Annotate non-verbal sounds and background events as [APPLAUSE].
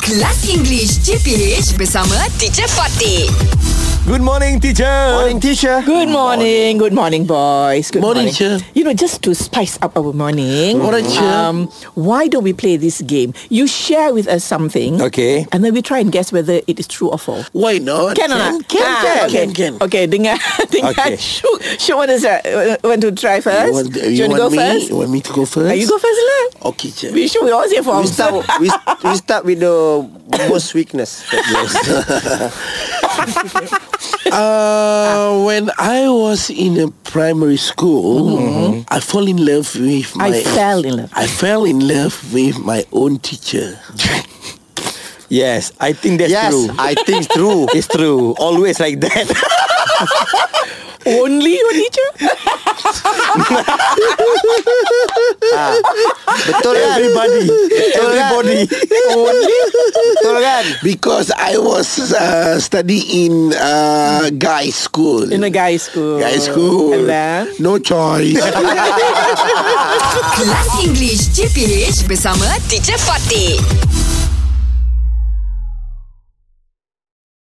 Kelas English JPH bersama Teacher Fatih. Good morning, teacher. Morning teacher Good morning, good morning, boys. Good Morning, Cher. You know, just to spice up our morning, Alright, Cher. um, why don't we play this game? You share with us something, Okay. and then we try and guess whether it is true or false. Why not? Can or not? Can, Ah, can, okay. can, can. Okay, [LAUGHS] dengar, dengar. Okay. Shoot, shoot. What is that? Uh, Want to try first? You want, you wanna go want me? first? You want Oh. me to go first? Ah, you go first, lah. Okay, teacher. We sure we all say for we ourselves. start we, we start with the most weakness. [LAUGHS] Uh, when I was in a primary school, I fell in love with my. Mm-hmm. I fell in love. I fell in love with my own teacher. Yes, I think that's yes, true. I think it's true. [LAUGHS] It's true. Always like that. Only your teacher? [LAUGHS] Betul kan? Everybody. Everybody. Betul kan? Because I was uh, studying in uh, guy school. In a guy school. guy school. And then? No [LAUGHS] choice. Kelas English JPH bersama Teacher Fatih.